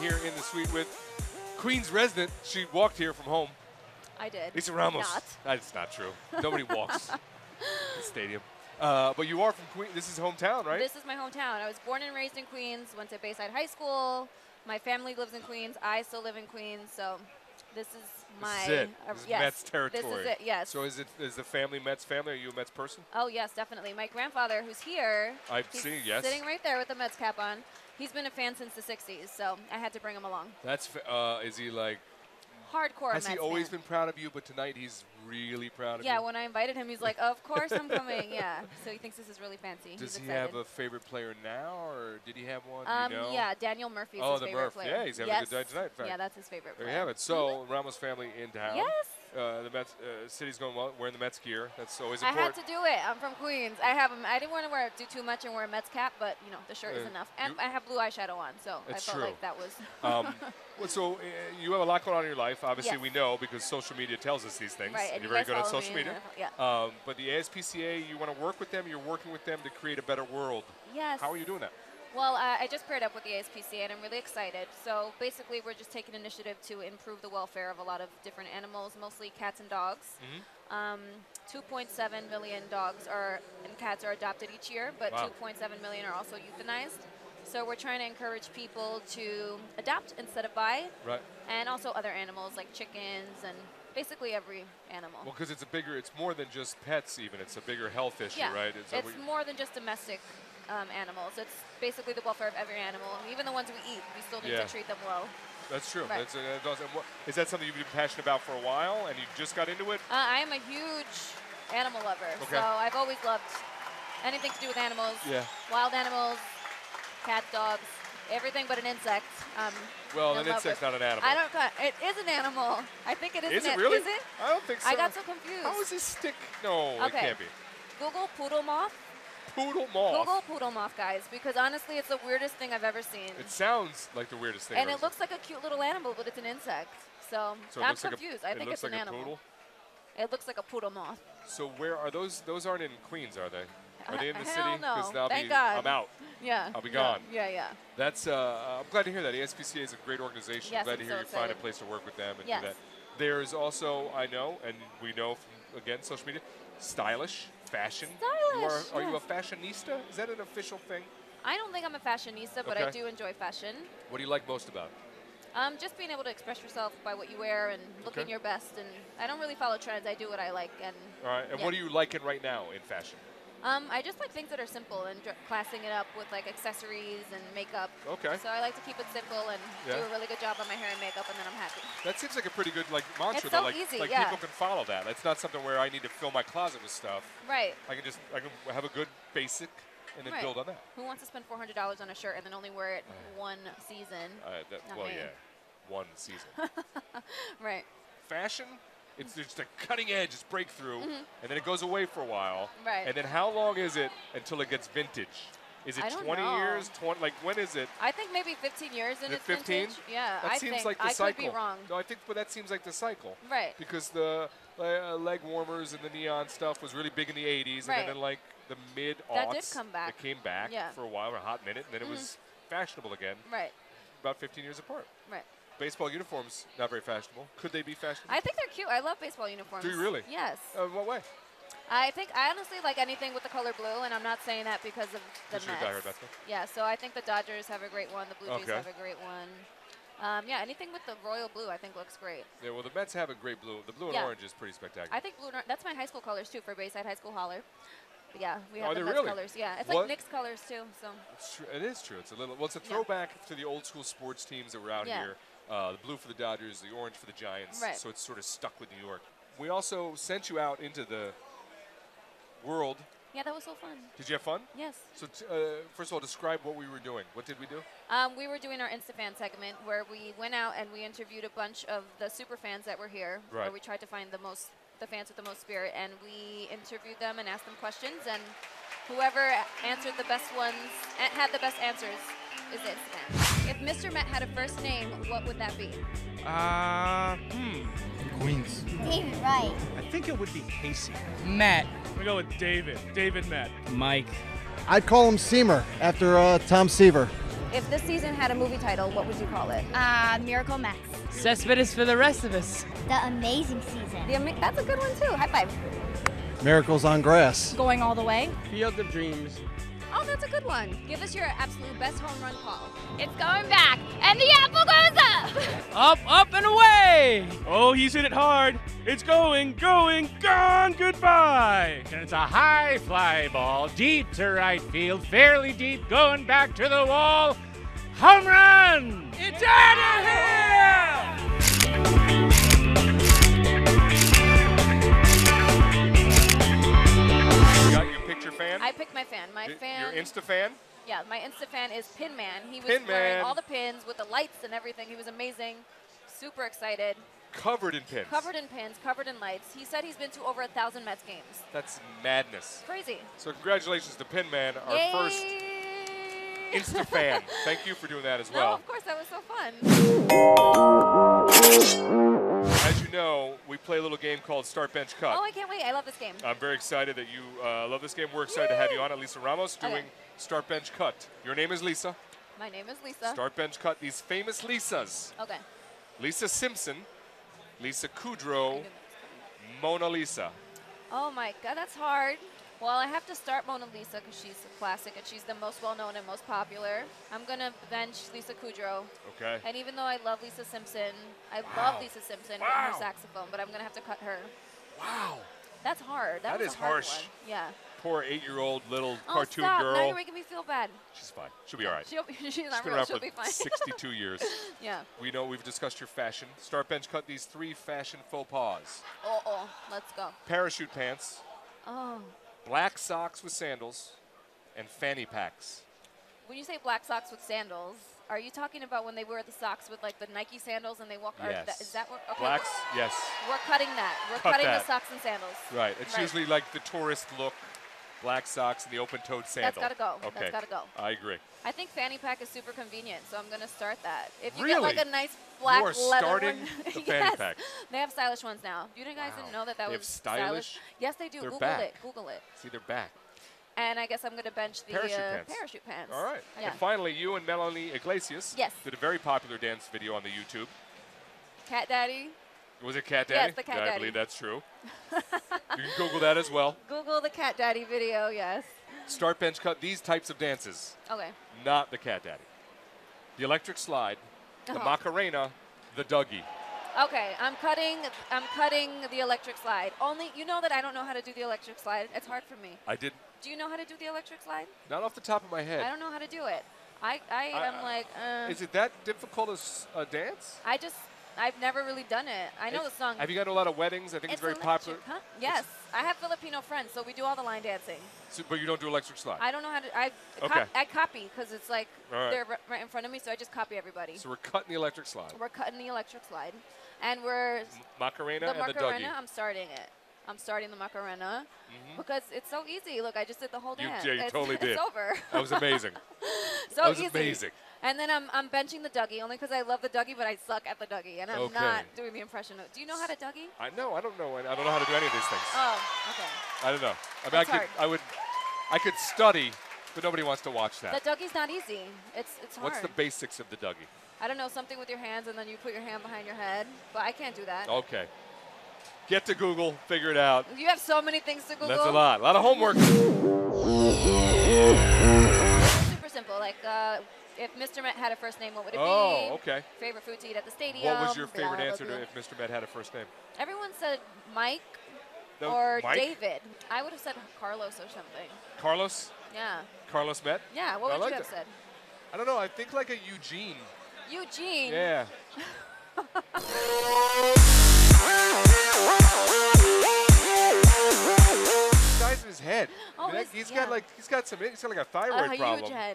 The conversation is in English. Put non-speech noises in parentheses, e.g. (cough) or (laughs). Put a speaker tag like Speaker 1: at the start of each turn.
Speaker 1: here in the suite with Queens resident. She walked here from home.
Speaker 2: I did.
Speaker 1: Lisa Ramos.
Speaker 2: Not.
Speaker 1: That's not true. Nobody
Speaker 2: (laughs)
Speaker 1: walks the stadium. Uh, but you are from Queens. This is hometown, right?
Speaker 2: This is my hometown. I was born and raised in Queens, went to Bayside High School. My family lives in Queens. I still live in Queens, so this is my
Speaker 1: this is it.
Speaker 2: uh,
Speaker 1: this is
Speaker 2: yes.
Speaker 1: Mets territory.
Speaker 2: This is it. Yes.
Speaker 1: So is it is the family Mets family? Are you a Mets person?
Speaker 2: oh yes, definitely. My grandfather, who's here,
Speaker 1: I've
Speaker 2: he's
Speaker 1: seen. Yes.
Speaker 2: sitting right there with the Mets cap on. He's been a fan since the '60s, so I had to bring him along.
Speaker 1: That's. Fa- uh, is he like?
Speaker 2: Hardcore
Speaker 1: Has
Speaker 2: Mets
Speaker 1: he always
Speaker 2: fan.
Speaker 1: been proud of you? But tonight he's really proud of
Speaker 2: Yeah,
Speaker 1: you.
Speaker 2: when I invited him, he's like, "Of course I'm coming."
Speaker 1: (laughs)
Speaker 2: Yeah, so he thinks this is really fancy.
Speaker 1: Does
Speaker 2: he's
Speaker 1: he
Speaker 2: excited.
Speaker 1: have a favorite player now, or did he have one? Do
Speaker 2: Um,
Speaker 1: you know?
Speaker 2: Yeah, Daniel Murphy's
Speaker 1: Oh,
Speaker 2: his
Speaker 1: the
Speaker 2: favorite
Speaker 1: Murph.
Speaker 2: player.
Speaker 1: Yeah, he's having a
Speaker 2: yes.
Speaker 1: good night tonight, in fact.
Speaker 2: Yeah, that's his favorite
Speaker 1: There
Speaker 2: player.
Speaker 1: you have it. So Ramos family in town.
Speaker 2: Yes.
Speaker 1: Uh, the Mets uh, city's going well. Wearing the Mets gear. That's always
Speaker 2: I had
Speaker 1: important.
Speaker 2: to do it. I'm from Queens. I have 'em- I didn't want to wear do too much and wear a Mets cap, but you know the shirt is
Speaker 1: Uh,
Speaker 2: enough. And
Speaker 1: you-
Speaker 2: I have blue eyeshadow on, so I
Speaker 1: It's
Speaker 2: felt
Speaker 1: true.
Speaker 2: like that was.
Speaker 1: Um, well, so uh, you have a lot going on in your life. Obviously,
Speaker 2: Yes.
Speaker 1: we know because social media tells us these things.
Speaker 2: Right,
Speaker 1: and
Speaker 2: and
Speaker 1: you're
Speaker 2: you
Speaker 1: very good on
Speaker 2: guys follow
Speaker 1: social
Speaker 2: me and
Speaker 1: media.
Speaker 2: I
Speaker 1: Um, but the ASPCA, you want to work with them. You're working with them to create a better world.
Speaker 2: Yes.
Speaker 1: How are you doing that?
Speaker 2: Well, uh, I just paired up with the ASPCA, and I'm really excited. So basically, we're just taking initiative to improve the welfare of a lot of different animals, mostly cats and dogs. Um, 2.7 million dogs are and cats are adopted each year, but
Speaker 1: Wow.
Speaker 2: 2.7 million are also euthanized. So we're trying to encourage people to adopt instead of buy,
Speaker 1: Right.
Speaker 2: and also other animals like chickens and basically every animal.
Speaker 1: Well, because it's a bigger, it's more than just pets. Even it's a bigger health issue,
Speaker 2: yeah,
Speaker 1: right? Is
Speaker 2: it's
Speaker 1: that what you-
Speaker 2: more than just domestic um, animals. It's basically the welfare of every animal, and even the ones we eat. We still need
Speaker 1: Yeah.
Speaker 2: to treat them well.
Speaker 1: that's true.
Speaker 2: right.
Speaker 1: That's, uh, that does- and what- is that something you've been passionate about for a while, and you just got into it?
Speaker 2: Uh, I am a huge animal lover,
Speaker 1: Okay.
Speaker 2: so I've always loved anything to do with animals.
Speaker 1: Yeah.
Speaker 2: Wild animals, cats, dogs, everything but an insect. Um,
Speaker 1: Well,
Speaker 2: in
Speaker 1: an
Speaker 2: love
Speaker 1: insect's
Speaker 2: with-
Speaker 1: not an animal.
Speaker 2: I don't. ca- It is an animal. I think it is.
Speaker 1: Is
Speaker 2: an
Speaker 1: it
Speaker 2: a-
Speaker 1: really?
Speaker 2: Is it?
Speaker 1: I don't think so.
Speaker 2: I got so confused.
Speaker 1: How is this stick? No, it
Speaker 2: Okay.
Speaker 1: can't be.
Speaker 2: Google poodle moth.
Speaker 1: Poodle moth.
Speaker 2: Google poodle moth, guys, because honestly, it's the weirdest thing I've ever seen.
Speaker 1: It sounds like the weirdest thing.
Speaker 2: and
Speaker 1: ever.
Speaker 2: it looks like a cute little animal, but it's an insect. So,
Speaker 1: So it
Speaker 2: I'm
Speaker 1: looks like a-
Speaker 2: confused. I
Speaker 1: it
Speaker 2: think
Speaker 1: looks
Speaker 2: it's
Speaker 1: like
Speaker 2: an
Speaker 1: a
Speaker 2: animal.
Speaker 1: poodle.
Speaker 2: It looks like a poodle moth. (laughs)
Speaker 1: So where are those? Those aren't in Queens, are they? Are they in the
Speaker 2: Hell
Speaker 1: city?
Speaker 2: no.
Speaker 1: I'll
Speaker 2: Thank
Speaker 1: be,
Speaker 2: God.
Speaker 1: I'm out.
Speaker 2: Yeah.
Speaker 1: I'll be
Speaker 2: no,
Speaker 1: gone.
Speaker 2: Yeah, yeah.
Speaker 1: That's. Uh, I'm glad to hear that. ASPCA is a great organization.
Speaker 2: Yes,
Speaker 1: I'm glad
Speaker 2: I'm
Speaker 1: to hear
Speaker 2: so
Speaker 1: you find a
Speaker 2: excited.
Speaker 1: place to work with them and
Speaker 2: Yes.
Speaker 1: do that. There's also, I know, and we know from again social media, stylish fashion. You are,
Speaker 2: Stylish,
Speaker 1: are you a
Speaker 2: yes.
Speaker 1: fashionista? Is that an official thing?
Speaker 2: I don't think I'm a fashionista, but I
Speaker 1: Okay.
Speaker 2: do enjoy fashion.
Speaker 1: What do you like most about? it?
Speaker 2: Um, just being able to express yourself by what you wear and looking
Speaker 1: Okay. Oh.
Speaker 2: your best. And I don't really follow trends. I do what I like. And
Speaker 1: All right. And what are
Speaker 2: Yeah.
Speaker 1: you liking right now in fashion?
Speaker 2: um, I just like things that are simple and dr- classing it up with like accessories and makeup.
Speaker 1: Okay.
Speaker 2: So I like to keep it simple and do
Speaker 1: Yeah.
Speaker 2: a really good job on my hair and makeup, and then I'm happy.
Speaker 1: That seems like a pretty good like mantra
Speaker 2: It's
Speaker 1: though.
Speaker 2: so
Speaker 1: like
Speaker 2: easy,
Speaker 1: like
Speaker 2: yeah.
Speaker 1: people can follow that. That's not something where I need to fill my closet with stuff.
Speaker 2: Right.
Speaker 1: I can just I can have a good basic and then
Speaker 2: Right.
Speaker 1: build on that.
Speaker 2: Who wants to spend $400 on a shirt and then only wear it one season?
Speaker 1: Uh, that
Speaker 2: Not
Speaker 1: well,
Speaker 2: me.
Speaker 1: yeah, one
Speaker 2: (laughs)
Speaker 1: season.
Speaker 2: Right.
Speaker 1: Fashion, it's just a cutting edge, it's breakthrough, and then it goes away for a while.
Speaker 2: Mm-hmm. Right.
Speaker 1: And then how long is it until it gets vintage? Is it
Speaker 2: I don't
Speaker 1: 20
Speaker 2: know.
Speaker 1: years? 20 like when is it?
Speaker 2: I think maybe 15 years in
Speaker 1: Is it
Speaker 2: its
Speaker 1: 15?
Speaker 2: vintage. Yeah,
Speaker 1: That
Speaker 2: I
Speaker 1: seems
Speaker 2: think
Speaker 1: like the
Speaker 2: I
Speaker 1: cycle.
Speaker 2: could be wrong.
Speaker 1: No, I think, but that seems like the cycle.
Speaker 2: Right.
Speaker 1: Because the uh, leg warmers and the neon stuff was really big in the 80s, and
Speaker 2: Right.
Speaker 1: then in, like the mid
Speaker 2: That
Speaker 1: aughts,
Speaker 2: did come back.
Speaker 1: it came back
Speaker 2: Yeah. Mm-hmm.
Speaker 1: for a while, for a hot minute, and then it was fashionable again,
Speaker 2: Right.
Speaker 1: about 15 years apart.
Speaker 2: Right.
Speaker 1: Baseball uniforms not very fashionable. Could they be fashionable?
Speaker 2: I think they're cute. I love baseball uniforms.
Speaker 1: Do you really?
Speaker 2: Yes.
Speaker 1: uh, what way?
Speaker 2: I think I honestly like anything with the color blue, and I'm not saying that because of the
Speaker 1: Because
Speaker 2: Mets.
Speaker 1: you're a diehard Mets fan?
Speaker 2: Yeah. So I think the Dodgers have a great one. The Blue Jays
Speaker 1: Okay.
Speaker 2: have a great one. Um, yeah, anything with the royal blue I think looks great.
Speaker 1: Yeah, well, the Mets have a great blue. The blue and
Speaker 2: Yeah.
Speaker 1: orange is pretty spectacular.
Speaker 2: I think blue. and or- That's my high school colors too for Bayside High School Holler. But yeah, we
Speaker 1: Are
Speaker 2: have
Speaker 1: they
Speaker 2: the Mets
Speaker 1: really?
Speaker 2: colors. Yeah, it's
Speaker 1: What-
Speaker 2: like Knicks colors too. So
Speaker 1: It's tr- it is true. It's a little. Well, it's a
Speaker 2: Yeah.
Speaker 1: throwback to the old school sports teams that were out
Speaker 2: Yeah.
Speaker 1: here. Uh, the blue for the Dodgers, the orange for the Giants.
Speaker 2: Right.
Speaker 1: So it's sort of stuck with New York. We also sent you out into the world.
Speaker 2: yeah, that was so fun.
Speaker 1: Did you have fun?
Speaker 2: Yes.
Speaker 1: So t- uh, first of all, describe what we were doing. What did we do?
Speaker 2: Um, we were doing our InstaFan segment where we went out and we interviewed a bunch of the super fans that were here. Where
Speaker 1: Right.
Speaker 2: we tried to find the most the fans with the most spirit, and we interviewed them and asked them questions, and whoever answered the best ones a- had the best answers is the InstaFan. If Mr. Met had a first name, what would that be?
Speaker 3: Uh, hmm.
Speaker 4: Queens.
Speaker 5: David Wright.
Speaker 3: I think it would be Casey.
Speaker 6: Matt,
Speaker 3: I'm gonna go with David. David Matt.
Speaker 6: Mike,
Speaker 4: I'd call him Seamer after uh, Tom Seaver.
Speaker 2: If this season had a movie title, what would you call it?
Speaker 4: Uh, Miracle Max.
Speaker 5: Cesspit for the rest of us.
Speaker 4: The amazing season.
Speaker 2: The Ama- that's a good one too. High five.
Speaker 6: Miracles on Grass.
Speaker 4: Going all the way.
Speaker 7: Field of Dreams.
Speaker 2: Oh, that's a good one. Give us your absolute best home run call.
Speaker 4: It's going back, and the apple goes up.
Speaker 5: Up, up, and away!
Speaker 3: Oh, he's hit it hard. It's going, going, gone, goodbye.
Speaker 8: And it's a high fly ball, deep to right field, fairly deep, going back to the wall. Home run!
Speaker 3: It's out of here!
Speaker 1: You got your picture fan?
Speaker 2: I picked my fan. My
Speaker 1: Y-
Speaker 2: fan.
Speaker 1: Your Insta fan?
Speaker 2: yeah, my Insta fan is Pin Man. He was
Speaker 1: Pin
Speaker 2: wearing
Speaker 1: Man.
Speaker 2: all the pins with the lights and everything. He was amazing. Super excited.
Speaker 1: Covered in pins.
Speaker 2: Covered in pins, covered in lights. He said he's been to over a thousand Mets games.
Speaker 1: That's madness.
Speaker 2: Crazy.
Speaker 1: So congratulations to Pin Man, our
Speaker 2: Yay!
Speaker 1: first Insta
Speaker 2: (laughs)
Speaker 1: fan. Thank you for doing that as
Speaker 2: no,
Speaker 1: well.
Speaker 2: of course that was so fun.
Speaker 1: As you know, we play a little game called Start Bench Cut.
Speaker 2: Oh, I can't wait. I love this game.
Speaker 1: I'm very excited that you uh, love this game. We're excited to have you on, Lisa Ramos, doing
Speaker 2: Okay.
Speaker 1: Start Bench Cut. Your name is Lisa.
Speaker 2: My name is Lisa.
Speaker 1: Start Bench Cut. These famous Lisas:
Speaker 2: Okay.
Speaker 1: Lisa Simpson, Lisa Kudrow, Mona Lisa.
Speaker 2: Oh my god, that's hard. Well, I have to start Mona Lisa because she's a classic and she's the most well known and most popular. I'm gonna bench Lisa Kudrow.
Speaker 1: Okay.
Speaker 2: And even though I love Lisa Simpson, I
Speaker 1: Wow.
Speaker 2: love Lisa Simpson and
Speaker 1: Wow.
Speaker 2: her saxophone, but I'm gonna have to cut her.
Speaker 1: Wow.
Speaker 2: That's hard. That,
Speaker 1: That
Speaker 2: was
Speaker 1: is
Speaker 2: a hard
Speaker 1: harsh.
Speaker 2: One. Yeah.
Speaker 1: Poor eight-year-old little cartoon
Speaker 2: oh, stop. Now
Speaker 1: girl.
Speaker 2: you're making me feel bad. (laughs)
Speaker 1: She's fine. She'll be all right.
Speaker 2: She'll be, she's
Speaker 1: She's
Speaker 2: not
Speaker 1: been
Speaker 2: real.
Speaker 1: around
Speaker 2: She'll
Speaker 1: for
Speaker 2: be fine.
Speaker 1: 62 years.
Speaker 2: (laughs) yeah.
Speaker 1: We know we've discussed your fashion. Start bench cut these three fashion faux pas.
Speaker 2: Oh, oh. Let's go.
Speaker 1: Parachute pants,
Speaker 2: Oh.
Speaker 1: black socks with sandals, and fanny packs.
Speaker 2: When you say black socks with sandals, are you talking about when they wear the socks with like the Nike sandals and they walk? or
Speaker 1: Yes.
Speaker 2: that- Is that what? Okay.
Speaker 1: Blacks, yes.
Speaker 2: We're cutting that. We're
Speaker 1: Cut
Speaker 2: cutting
Speaker 1: that.
Speaker 2: the socks and sandals.
Speaker 1: Right. It's
Speaker 2: Right.
Speaker 1: usually like the tourist look, black socks and the open-toed sandal.
Speaker 2: gotta go.
Speaker 1: Okay.
Speaker 2: That's gotta go.
Speaker 1: I agree.
Speaker 2: I think fanny pack is super convenient, so I'm gonna start that. If you
Speaker 1: Really?
Speaker 2: get like a nice black
Speaker 1: you are
Speaker 2: leather (laughs)
Speaker 1: starting
Speaker 2: one,
Speaker 1: the fanny
Speaker 2: yes.
Speaker 1: pack.
Speaker 2: They have stylish ones now. You guys
Speaker 1: Wow.
Speaker 2: didn't know that that
Speaker 1: They have
Speaker 2: was
Speaker 1: stylish?
Speaker 2: Yes, they do.
Speaker 1: They're
Speaker 2: Google
Speaker 1: back.
Speaker 2: it. Google it.
Speaker 1: See, they're back.
Speaker 2: And I guess I'm gonna bench the
Speaker 1: Parachute
Speaker 2: uh,
Speaker 1: pants.
Speaker 2: parachute pants.
Speaker 1: All right.
Speaker 2: Yeah.
Speaker 1: And finally, you and Melanie Iglesias
Speaker 2: Yes.
Speaker 1: did a very popular dance video on the YouTube.
Speaker 2: Cat daddy.
Speaker 1: Was it Cat Daddy?
Speaker 2: Yes, the Cat
Speaker 1: yeah, I
Speaker 2: Daddy.
Speaker 1: believe that's
Speaker 2: (laughs)
Speaker 1: true. you can Google that as well.
Speaker 2: Google the cat daddy video. Yes.
Speaker 1: Start bench cut, these types of dances,
Speaker 2: Okay.
Speaker 1: not the Cat Daddy. The electric slide, the
Speaker 2: Uh-huh.
Speaker 1: Macarena, the Dougie.
Speaker 2: Okay. I'm cutting. I'm cutting the electric slide. Only you know that I don't know how to do the electric slide. It's hard for me.
Speaker 1: I didn't,
Speaker 2: Do you know how to do the electric slide?
Speaker 1: not off the top of my head.
Speaker 2: I don't know how to do it. I, I,
Speaker 1: I-
Speaker 2: am like, uh,
Speaker 1: Is it that difficult a, s- a dance?
Speaker 2: I just, I've never really done it. I know the song.
Speaker 1: Have you got a lot of weddings? I think it's, very
Speaker 2: electric,
Speaker 1: popular.
Speaker 2: Huh? Yes, I have Filipino friends, so we do all the line dancing.
Speaker 1: So- but you don't do electric slide.
Speaker 2: I don't know how to. I
Speaker 1: Okay.
Speaker 2: cop, I copy because it's like
Speaker 1: All right.
Speaker 2: they're ri- right in front of me, so I just copy everybody.
Speaker 1: so we're cutting the electric slide.
Speaker 2: We're cutting the electric slide, and we're
Speaker 1: Macarena
Speaker 2: the
Speaker 1: and the
Speaker 2: Macarena.
Speaker 1: Dougie.
Speaker 2: I'm starting it. I'm starting the Macarena because it's so easy. Look, I just did the whole
Speaker 1: Mm-hmm. You-
Speaker 2: dance.
Speaker 1: yeah, you
Speaker 2: it's,
Speaker 1: totally
Speaker 2: (laughs) it's
Speaker 1: did.
Speaker 2: over.
Speaker 1: That was
Speaker 2: (laughs)
Speaker 1: amazing.
Speaker 2: So
Speaker 1: That was
Speaker 2: easy.
Speaker 1: amazing.
Speaker 2: And then I'm, I'm benching the Dougie only because I love the Dougie, but I suck at the Dougie, and I'm
Speaker 1: Okay.
Speaker 2: not doing the impression. Of, do you know how to Dougie?
Speaker 1: I know. I don't know. I I don't know how to do any of these things.
Speaker 2: Oh, okay.
Speaker 1: I don't know. I mean, I
Speaker 2: That's
Speaker 1: could,
Speaker 2: hard.
Speaker 1: I would, I could study, but nobody wants to watch that.
Speaker 2: The Dougie's not easy. It's it's hard.
Speaker 1: What's the basics of the Dougie?
Speaker 2: I don't know something with your hands, and then you put your hand behind your head, but I can't do that.
Speaker 1: Okay. Get to Google, figure it out.
Speaker 2: You have so many things to Google.
Speaker 1: That's a lot. A lot of homework.
Speaker 2: Super simple. Like uh, if Mr. Met had a first name, what would it be?
Speaker 1: Oh, okay.
Speaker 2: Favorite food to eat at the stadium.
Speaker 1: What was your
Speaker 2: blah,
Speaker 1: favorite
Speaker 2: blah,
Speaker 1: answer
Speaker 2: blah.
Speaker 1: to if Mr. Med had a first name?
Speaker 2: Everyone said Mike
Speaker 1: No,
Speaker 2: or
Speaker 1: Mike?
Speaker 2: David. I would have said Carlos or something.
Speaker 1: Carlos?
Speaker 2: Yeah.
Speaker 1: Carlos Met?
Speaker 2: Yeah. What
Speaker 1: I
Speaker 2: would
Speaker 1: liked
Speaker 2: you have
Speaker 1: it.
Speaker 2: said?
Speaker 1: I don't know. I think like a Eugene.
Speaker 2: Eugene. (laughs)
Speaker 1: Yeah. Size of his head.
Speaker 2: Oh,
Speaker 1: I mean,
Speaker 2: his-
Speaker 1: he's
Speaker 2: yeah.
Speaker 1: got like he's got some he's got like a
Speaker 2: a
Speaker 1: thyroid
Speaker 2: huge
Speaker 1: problem.
Speaker 2: head.